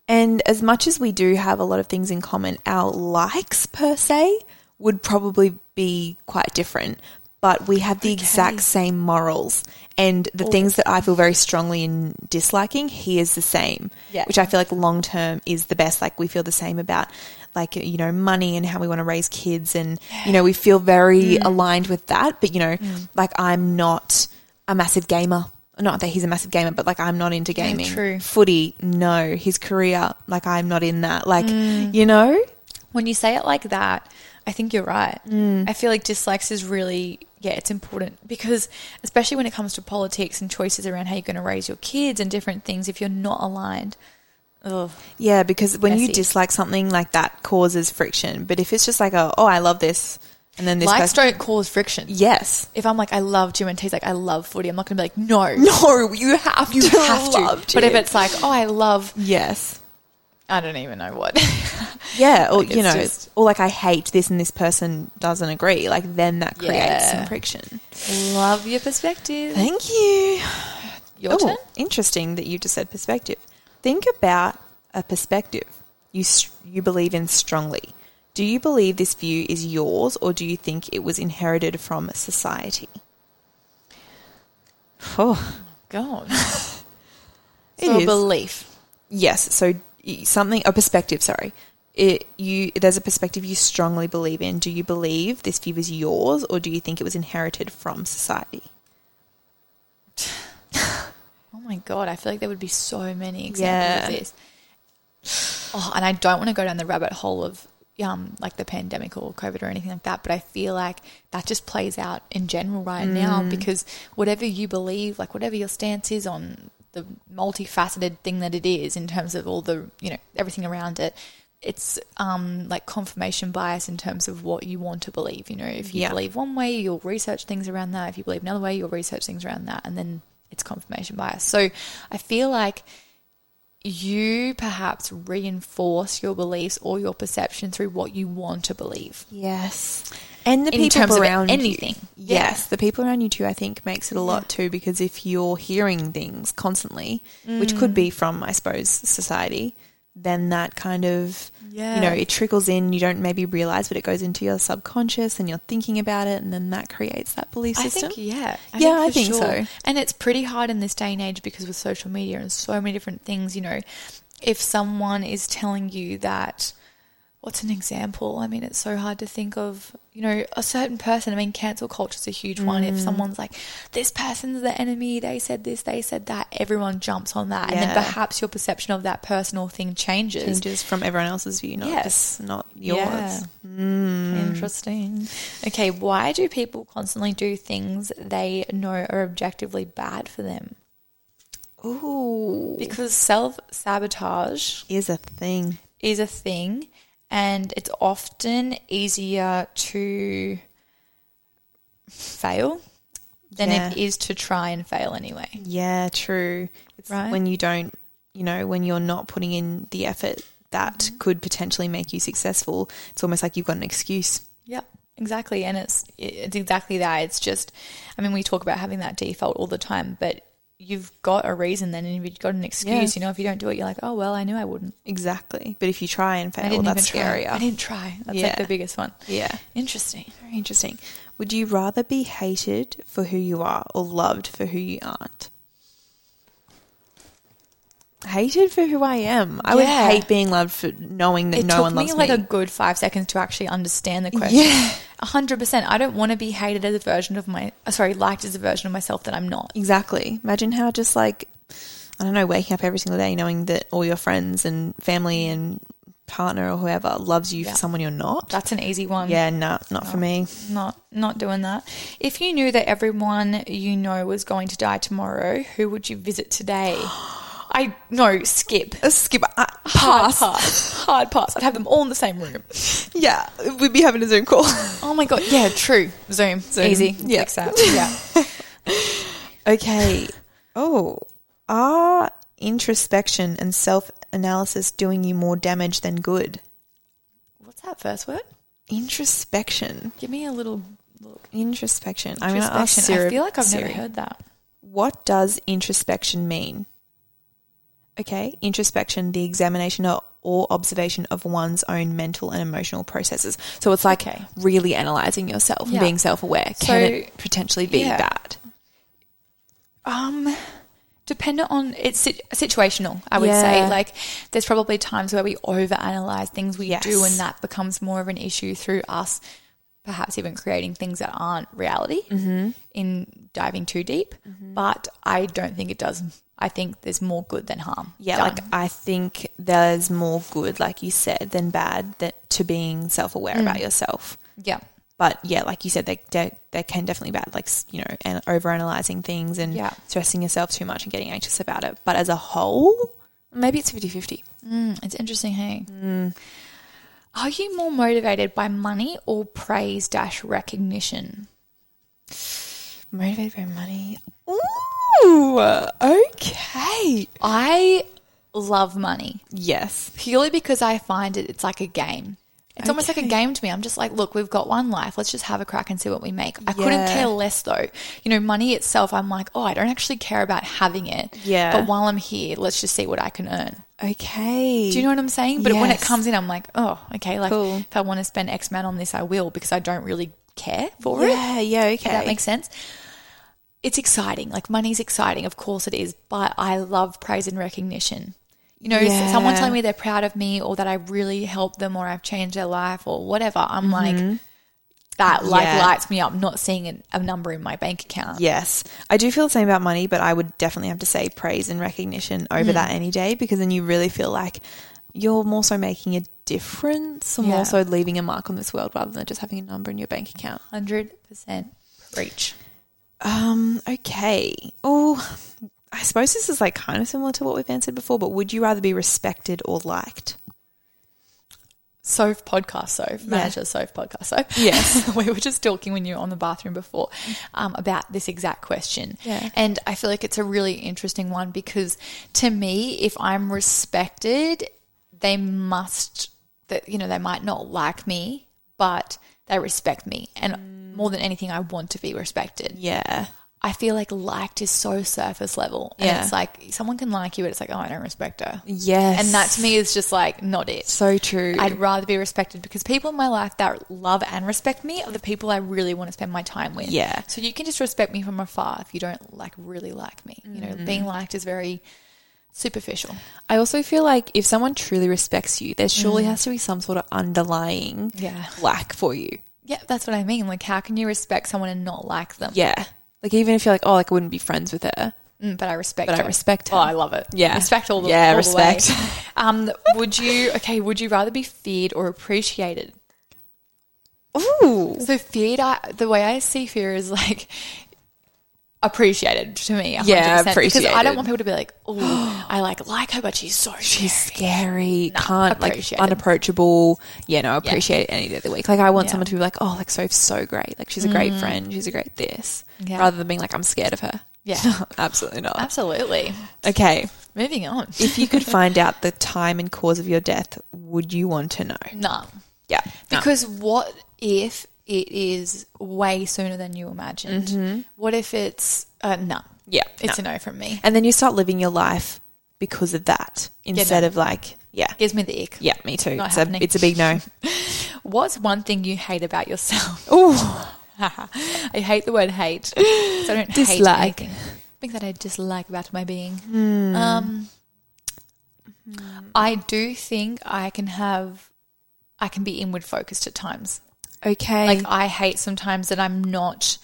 S3: And as much as we do have a lot of things in common, our likes per se would probably be quite different. But we have the exact same morals. And the things that I feel very strongly in disliking, he is the same.
S1: Yeah.
S3: Which I feel like long term is the best. Like we feel the same about like, you know, money and how we want to raise kids. And, you know, we feel very aligned with that. But, you know, like I'm not a massive gamer. Not that he's a massive gamer, but like I'm not into gaming.
S2: true.
S3: Footy, no. His career, like I'm not in that. Like, you know?
S2: When you say it like that, I think you're right.
S3: Mm.
S2: I feel like dislikes is really, yeah, it's important because, especially when it comes to politics and choices around how you're going to raise your kids and different things, if you're not aligned, ugh.
S3: Yeah, because when you
S2: Messy.
S3: dislike something like that causes friction. But if it's just like a, oh, I love this, and then this
S2: likes
S3: person,
S2: don't cause friction.
S3: yes,
S2: If I'm like, I love Jim and T's like, I love footy, I'm not going to be like, no,
S3: no, you have
S2: you have to.
S3: love
S2: But if
S3: Jim.
S2: it's like, oh, I love,
S3: yes,
S2: I don't even know what.
S3: yeah, or
S2: Like,
S3: you
S2: it's
S3: know,
S2: just-
S3: or like I hate this and this person doesn't agree, like then that creates
S2: Yeah.
S3: some friction.
S2: love your perspective.
S3: Thank you.
S2: Your turn.
S3: interesting that you just said perspective. Think about a perspective you s- you believe in strongly. Do you believe this view is yours, or do you think it was inherited from society? Oh,
S2: God.
S3: It
S2: so
S3: is.
S2: a belief.
S3: yes. So y- something a perspective. Sorry, it you there's a perspective you strongly believe in. Do you believe this view is yours, or do you think it was inherited from society?
S2: Oh my god, I feel like there would be so many examples
S3: Yeah.
S2: of this. Oh, and I don't want to go down the rabbit hole of um like the pandemic or COVID or anything like that, but I feel like that just plays out in general right now because whatever you believe, like whatever your stance is on the multifaceted thing that it is in terms of all the you know everything around it it's um like confirmation bias in terms of what you want to believe you know if you
S3: Yeah.
S2: believe one way you'll research things around that if you believe another way you'll research things around that and then it's confirmation bias so i feel like you perhaps reinforce your beliefs or your perception through what you want to believe
S3: Yes. And the
S2: In
S3: people
S2: terms of
S3: around you.
S2: anything.
S3: Yes, the people around you too I think makes it a lot too because if you're hearing things constantly, which could
S2: Mm.
S3: be from I suppose society, then that kind of you know,
S2: Yeah.
S3: it trickles in, you don't maybe realize but it goes into your subconscious and you're thinking about it and then that creates that belief system.
S2: I think, yeah.
S3: Yeah, I
S2: for
S3: think so.
S2: And it's pretty hard in this day and age because with social media and so many different things, you know, if someone is telling you that, what's an example? I mean, it's so hard to think of, you know, a certain person. I mean, cancel culture is a huge one. If someone's like, this person's the enemy, they said this, they said that, everyone jumps on that. And then
S3: Yeah.
S2: perhaps your perception of that person or thing changes.
S3: Changes from everyone else's view, not
S2: Yes.
S3: not yours.
S2: Interesting. Hmm. Okay, why do people constantly do things they know are objectively bad for them?
S3: Ooh.
S2: Because self sabotage
S3: Is a thing.
S2: is a thing and it's often easier to fail than
S3: Yeah.
S2: it is to try and fail anyway.
S3: Yeah, true. It's
S2: Right?
S3: when you don't, you know, when you're not putting in the effort that
S2: Mm-hmm.
S3: could potentially make you successful, it's almost like you've got an excuse.
S2: Yep, exactly. And it's it's exactly that. It's just, I mean, we talk about having that default all the time, but you've got a reason then, and you've got an excuse.
S3: Yeah.
S2: You know, if you don't do it, you're like, oh well, I knew I wouldn't.
S3: Exactly. But if you try and
S2: I
S3: fail,
S2: didn't
S3: that's
S2: even
S3: scarier.
S2: try. I didn't try. That's
S3: Yeah.
S2: like the biggest one.
S3: Yeah.
S2: Interesting.
S3: Very interesting. Would you rather be hated for who you are or loved for who you aren't? Hated for who I am. I would
S2: Yeah.
S3: hate being loved for knowing that
S2: it
S3: no
S2: took
S3: one
S2: me
S3: loves
S2: like
S3: me.
S2: a good five seconds to actually understand the question.
S3: Yeah.
S2: A hundred percent. I don't want to be hated as a version of my. uh, Sorry, liked as a version of myself that I'm not.
S3: Exactly. Imagine how just like I don't know, waking up every single day knowing that all your friends and family and partner or whoever loves you
S2: Yeah.
S3: for someone you're not.
S2: That's an easy one.
S3: yeah, no, not for me.
S2: Not not doing that. If you knew that everyone you know was going to die tomorrow, who would you visit today? I no skip.
S3: A Uh, skip. I,
S2: Hard pass. Hard pass. I'd have them all in the same room.
S3: yeah, we'd be having a Zoom call.
S2: Oh my god. Yeah. True. Zoom. Easy.
S3: Yeah.
S2: Fix that. Yeah.
S3: okay. Oh, are introspection and self analysis doing you more damage than good?
S2: What's that first word?
S3: Introspection.
S2: Give me a little look.
S3: Introspection. I'm going to ask
S2: Introspection.
S3: Siri.
S2: I feel like I've
S3: Siri,
S2: never heard that.
S3: What does introspection mean? Okay, introspection, the examination or, or observation of one's own mental and emotional processes. So it's like
S2: Okay.
S3: really analyzing yourself and
S2: Yeah.
S3: being self aware. Can
S2: So-
S3: it potentially be
S2: yeah.
S3: that?
S2: Um, dependent on it's sit- situational, I would
S3: Yeah.
S2: say. Like, there's probably times where we overanalyze things we
S3: Yes.
S2: do, and that becomes more of an issue through us, perhaps even creating things that aren't reality
S3: Mm-hmm.
S2: in diving too deep. But I don't think it does. I think there's more good than harm.
S3: Yeah,
S2: done.
S3: like I think there's more good, like you said, than bad that to being self aware about yourself.
S2: yeah,
S3: But yeah, like you said, they they, they can definitely bad, like s- you know, and overanalyzing things and
S2: Yeah.
S3: stressing yourself too much and getting anxious about it. But as a whole, maybe it's 50-50.
S2: Mm, it's interesting. Hey,
S3: Mm.
S2: are you more motivated by money or praise dash recognition?
S3: Motivated by money. Ooh, okay.
S2: I love money.
S3: Yes.
S2: purely because I find it it's like a game. It's almost like a game to me. I'm just like, look, we've got one life. Let's just have a crack and see what we make. I couldn't
S3: Yeah.
S2: care less though. You know, money itself, I'm like, oh, I don't actually care about having it.
S3: Yeah.
S2: But while I'm here, let's just see what I can earn.
S3: Okay.
S2: Do you know what I'm saying? But when it
S3: Yes.
S2: comes in, I'm like, oh, okay. Like,
S3: Cool.
S2: if I want to spend X amount on this, I will because I don't really care for it.
S3: Yeah, yeah, okay.
S2: If that makes sense. It's exciting. Like money's exciting, of course it is, but I love praise and recognition. You know, s- someone
S3: Yeah.
S2: telling me they're proud of me or that I really helped them or I've changed their life or whatever. I'm like that like
S3: Mm-hmm. Yeah.
S2: lights me up not seeing a, a number in my bank account.
S3: Yes. I do feel the same about money, but I would definitely have to say praise and recognition over that any day because then you really feel like you're more so making a difference and more
S2: Yeah.
S3: so leaving a mark on this world rather than just having a number in your bank account.
S2: 100% preach.
S3: Um, okay. Oh, I suppose this is like kind of similar to what we've answered before, but would you rather be respected or liked?
S2: Soph podcast, Soph, manager Soph podcast, Soph.
S3: Yes.
S2: we were just talking when you were on the bathroom before um, about this exact question.
S3: Yeah.
S2: And I feel like it's a really interesting one because to me, if I'm respected, they must, that you know, they might not like me, but they respect me. And
S3: Mm.
S2: more than anything, I want to be respected.
S3: Yeah.
S2: I feel like liked is so surface level. And
S3: Yeah.
S2: it's like someone can like you, but it's like, oh, I don't respect her.
S3: Yes.
S2: And that to me is just like not it.
S3: so true.
S2: I'd rather be respected because people in my life that love and respect me are the people I really want to spend my time with.
S3: Yeah.
S2: So you can just respect me from afar if you don't like really like me. You know, being liked is very superficial.
S3: I also feel like if someone truly respects you, there surely has to be some sort of underlying
S2: Mm. Yeah.
S3: lack for you.
S2: Yeah, that's what I mean. Like, how can you respect someone and not like them?
S3: Yeah. Like even if you're like, oh, like I wouldn't be friends with her.
S2: Mm, but I respect.
S3: But I
S2: her.
S3: respect her.
S2: Oh, I love it.
S3: Yeah.
S2: respect all the
S3: Yeah,
S2: all the way.
S3: respect.
S2: Um, would you okay? Would you rather be feared or appreciated?
S3: Ooh.
S2: So feared, I, the way I see fear is like appreciated to me. 100%,
S3: Yeah,
S2: Because I don't
S3: appreciated.
S2: want people to be like, oh, I like like her, but she's so she's
S3: Scary, can't like
S2: appreciate it.
S3: unapproachable. Yeah, no, I appreciate it any day of the week. Like I want
S2: Yeah. Mm.
S3: someone to be like, oh, like Soph's so great. Like she's a great friend. She's a great this.
S2: Yeah.
S3: Rather than being like, I'm scared of her.
S2: Yeah.
S3: absolutely not.
S2: Absolutely.
S3: Okay,
S2: Moving on.
S3: if you could find out the time and cause of your death, would you want to know?
S2: no,
S3: Yeah,
S2: because what if it is way sooner than you imagined? What if it's uh, no?
S3: Mm-hmm. yeah,
S2: It's
S3: no.
S2: a no from me.
S3: and then you start living your life because of that instead
S2: no.
S3: of like, yeah,
S2: Gives me the ick.
S3: yeah, me too.
S2: Not
S3: It's
S2: happening.
S3: a it's a big no.
S2: What's one thing you hate about yourself?
S3: Ooh,
S2: I hate the word hate. 'cause I don't
S3: Dislike. Hmm.
S2: hate anything. Things that I dislike about my being. Um, I do think I can have, I can be inward focused at times.
S3: okay,
S2: Like I hate sometimes that I'm not,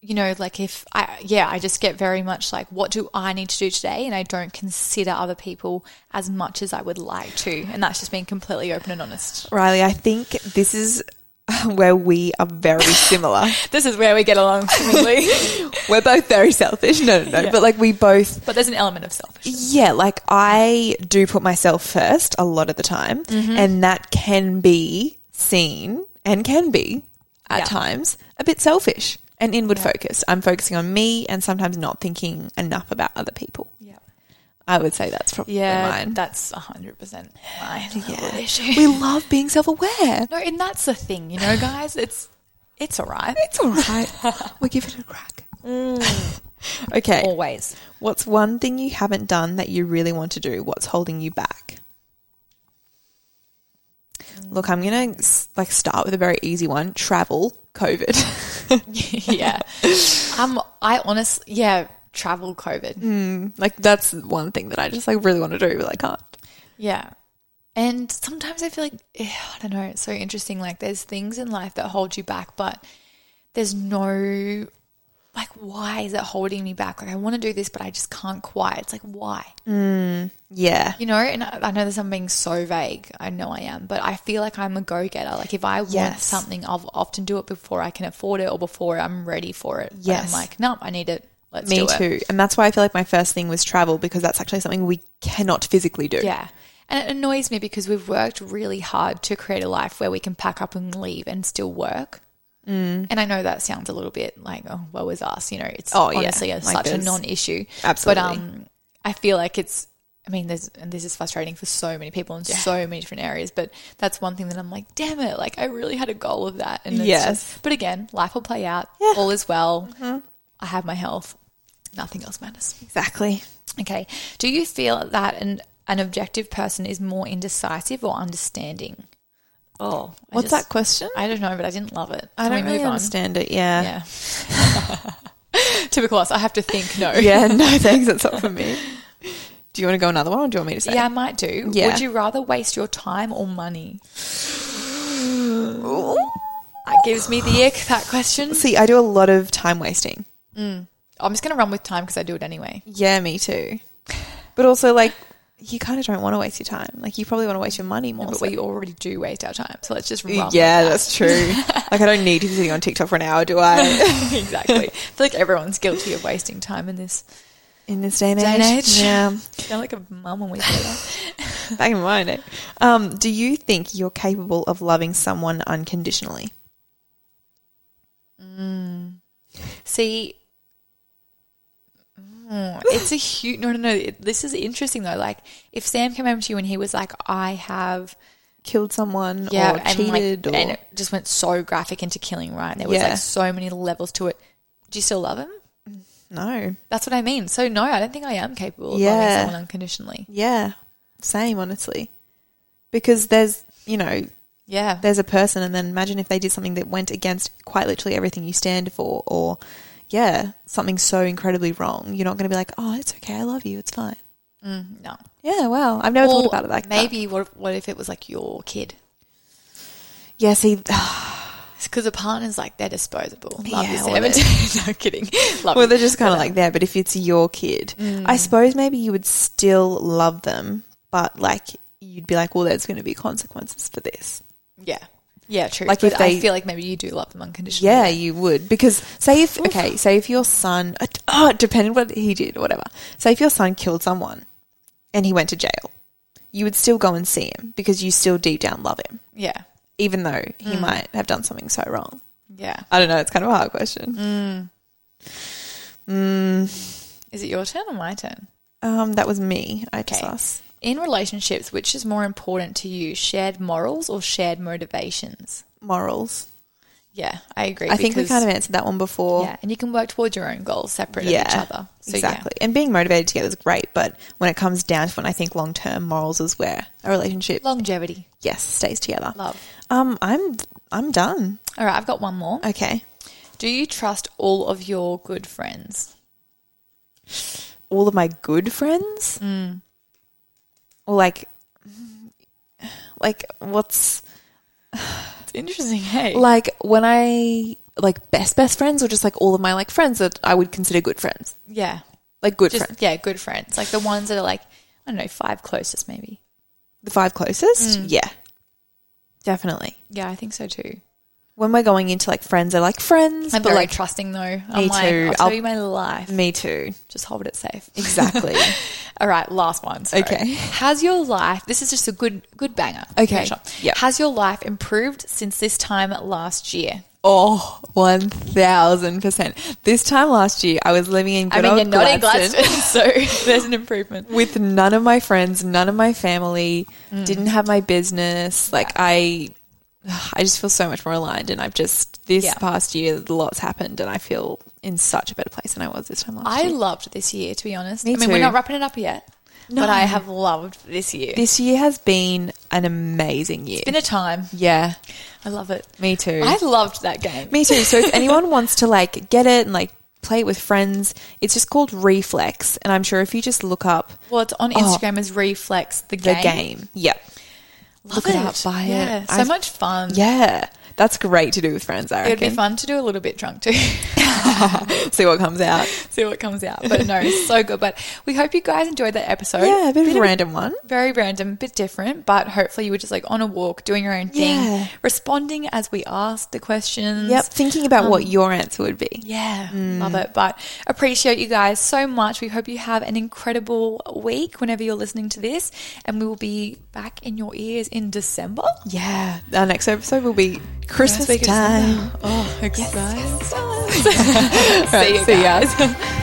S2: you know, like if I, yeah, I just get very much like, what do I need to do today? And I don't consider other people as much as I would like to. And that's just being completely open and honest.
S3: Riley, I think this is where we are very similar.
S2: This is where we get along swimmingly.
S3: We're both very selfish. No, no, no. But like we both,
S2: but there's an element of selfishness.
S3: yeah, like I do put myself first a lot of the time,
S2: Mm-hmm.
S3: and that can be seen and can be at
S2: Yeah.
S3: times a bit selfish and inward focused. I'm focusing on me and sometimes not thinking enough about other people.
S2: Yeah.
S3: I would say that's probably
S2: Yeah,
S3: mine.
S2: that's hundred percent my little
S3: Yeah.
S2: issue.
S3: we love being self aware.
S2: no, and that's the thing, you know, guys. It's it's all right. Mm.
S3: It's all right. we'll give it a crack. Okay.
S2: Oh.
S4: Always.
S3: What's one thing you haven't done that you really want to do? What's holding you back?
S2: Mm.
S3: Look, I'm going to like start with a very easy one. Travel, COVID.
S2: yeah. Um, I honestly, yeah, travel COVID.
S3: like that's one thing that I just like really want to do, but I can't.
S2: Yeah. And sometimes I feel like, eh, I don't know, it's so interesting. Like, there's things in life that hold you back, but there's no, like, why is it holding me back? Like, I want to do this, but I just can't quite. It's like, why?
S3: Yeah.
S2: You know, and I I know that I'm being so vague. I know I am, but I feel like I'm a go getter. Like, if I want
S3: Yes.
S2: something, I'll often do it before I can afford it or before I'm ready for it. But
S3: Yes.
S2: I'm like, nope, I need it. Let's
S3: Me
S2: do it.
S3: too. And that's why I feel like my first thing was travel because that's actually something we cannot physically do.
S2: Yeah. And it annoys me because we've worked really hard to create a life where we can pack up and leave and still work. Mm. And I know that sounds a little bit like, oh, woe is us. You know, it's
S3: Oh, yeah.
S2: honestly a,
S3: Like
S2: such a
S3: there's-
S2: non issue.
S3: Absolutely.
S2: But um, I feel like it's, I mean, there's, and this is frustrating for so many people in so many different areas, but that's one thing that I'm like, damn it. Like, I really had a goal of that. And it's
S3: Yes.
S2: just- but again, life will play out.
S3: Yeah. Mm-hmm.
S2: All is well. I have my health. Nothing else matters.
S3: Exactly.
S2: Okay. Do you feel that an an objective person is more indecisive or understanding? Oh, I
S3: What's
S2: just-
S3: that question?
S2: I don't know, but I didn't love it.
S3: I
S2: Can we
S3: don't really
S2: move on?
S3: understand it. Yeah.
S2: Yeah. Typical us. I have to think. No.
S3: Yeah, no thanks. That's not for me. Do you want to go another one or do you want me to say?
S2: Yeah, I might do.
S3: Yeah.
S2: Would you rather waste your time or money? That gives me the ick. That question.
S3: See, I do a lot of time wasting.
S2: I'm just gonna run with time because I do it anyway.
S3: Yeah, me too. But also, like, you kind of don't want to waste your time. Like, you probably want to waste your money more.
S2: But
S3: so-
S2: we already do waste our time, so let's just run. with
S3: yeah,
S2: that.
S3: that's true. like, I don't need to be sitting on TikTok for an hour, do I?
S2: exactly. I feel like everyone's guilty of wasting time in this.
S3: In this day and age.
S2: Day and age.
S3: Yeah.
S2: Sound like a mum when we say that.
S3: Back in my day. Um, do you think you're capable of loving someone unconditionally?
S2: See, Mm, it's a huge. No, no, no. it- This is interesting though. Like, if Sam came home to you and he was like, "I have
S3: Killed someone or
S2: and like-
S3: cheated or
S2: and it just went so graphic into killing, right? There was
S3: Yeah.
S2: like so many levels to it. Do you still love him?
S3: no?
S2: That's what I mean. So no, I don't think I am capable of loving
S3: Yeah.
S2: someone unconditionally.
S3: Yeah. Same, honestly. Because there's, you know,
S2: Yeah,
S3: there's a person, and then imagine if they did something that went against quite literally everything you stand for, or yeah, something so incredibly wrong. You're not going to be like, oh, it's okay, I love you, it's fine.
S2: no.
S3: Yeah, wow, I've never thought
S2: Or
S3: about it like that.
S2: maybe what? What if it was like your kid?
S3: Yeah, see,
S2: Because a partner's like they're disposable. Love
S3: Yeah,
S2: is
S3: well, they-
S2: seventeen. no kidding. Love
S3: well,
S2: is-
S3: they're just kind of like there. But if it's your kid,
S2: Mm.
S3: I suppose maybe you would still love them, but like you'd be like, well, there's going to be consequences for this.
S2: Yeah. Yeah, true.
S3: Like,
S2: Like
S3: if
S2: if
S3: they-
S2: I feel like maybe you do love them unconditionally.
S3: Yeah, you would because say if okay, say if your son, oh, it depended what he did, whatever. Say if your son killed someone and he went to jail, you would still go and see him because you still deep down love him,
S2: Yeah.
S3: even though
S2: Hmm.
S3: he might have done something so wrong.
S2: Yeah.
S3: I don't know. It's kind of a hard question.
S2: Hmm.
S3: Hmm.
S2: Is it your turn or my turn?
S3: Um, that was me. I just
S2: Okay.
S3: asked.
S2: In relationships, which is more important to you, shared morals or shared motivations?
S3: Morals.
S2: Yeah, I agree.
S3: I think we
S2: because-
S3: kind of answered that one before.
S2: Yeah, and you can work towards your own goals separate of each other. So
S3: exactly. And being motivated together is great, but when it comes down to when I think long term morals is where a relationship
S2: yeah. Longevity.
S3: yes stays together.
S2: Love.
S3: Um, I'm I'm done.
S2: All right, I've got one more.
S3: Okay.
S2: Do you trust all of your good friends?
S3: All of my good friends,
S2: Mm.
S3: or like, like what's
S2: It's interesting, hey?
S3: like when I like best best friends, or just like all of my like friends that I would consider good friends,
S2: yeah.
S3: like good
S2: Just
S3: friends,
S2: yeah, good friends. Like the ones that are like, I don't know, five closest maybe.
S3: the five closest.
S2: Mm.
S3: Yeah, definitely.
S2: Yeah, I think so too.
S3: When we're going into like friends, I like friends,
S2: I'm
S3: but
S2: very
S3: like
S2: trusting though. I'm like,
S3: too.
S2: I'll tell
S3: I'll-
S2: you my life.
S3: me too.
S2: Just hold it safe.
S3: Exactly.
S2: All right, last one. sorry.
S3: Okay.
S2: Has your life? This is just a good good banger.
S3: Okay.
S2: Finish up.
S3: Yep.
S2: Has your life improved since this time last year?
S3: Oh, 1000%. This time last year, I was living in good
S2: I mean,
S3: old
S2: you're not in
S3: Gladstone
S2: Gladstone, so there's an improvement.
S3: with none of my friends, none of my family,
S2: Mm.
S3: didn't have my business. Like I I just feel so much more aligned and I've just this
S2: Yeah.
S3: past year lots happened and I feel in such a better place than I was this time last
S2: I
S3: year.
S2: loved this year, to be honest.
S3: Me
S2: I mean, we're
S3: too.
S2: not wrapping it up yet,
S3: No.
S2: but I have loved this year.
S3: This year has been an amazing year.
S2: it's been a time.
S3: yeah,
S2: I love it.
S3: me too.
S2: I loved that game.
S3: Me too. So if anyone wants to like get it and like play it with friends, it's just called Reflex, and I'm sure if you just look up
S2: Well, it's on Instagram as Reflex the
S3: Oh. the
S2: game.
S3: game, yeah, look it up, buy it.
S2: Yeah, so
S3: I've-
S2: much fun.
S3: yeah, that's great to do with friends. I
S2: It'd be
S3: reckon.
S2: fun to do a little bit drunk too.
S3: See what comes out.
S2: See what comes out. But no, it's so good. But we hope you guys enjoyed that episode.
S3: Yeah, a bit of Mm-hmm. a random one.
S2: very random, bit different, but hopefully you were just like on a walk, doing your own thing,
S3: Yeah.
S2: responding as we asked the questions.
S3: Yep, Mm. thinking about what your answer would be.
S2: Yeah, love it. But appreciate you guys so much. We hope you have an incredible week whenever you're listening to this, and we will be back in your ears in December.
S3: Yeah, our next episode will be Christmas
S2: week of
S3: time.
S2: Oh, excited!
S3: Right,
S2: See you
S3: see ya.
S2: guys.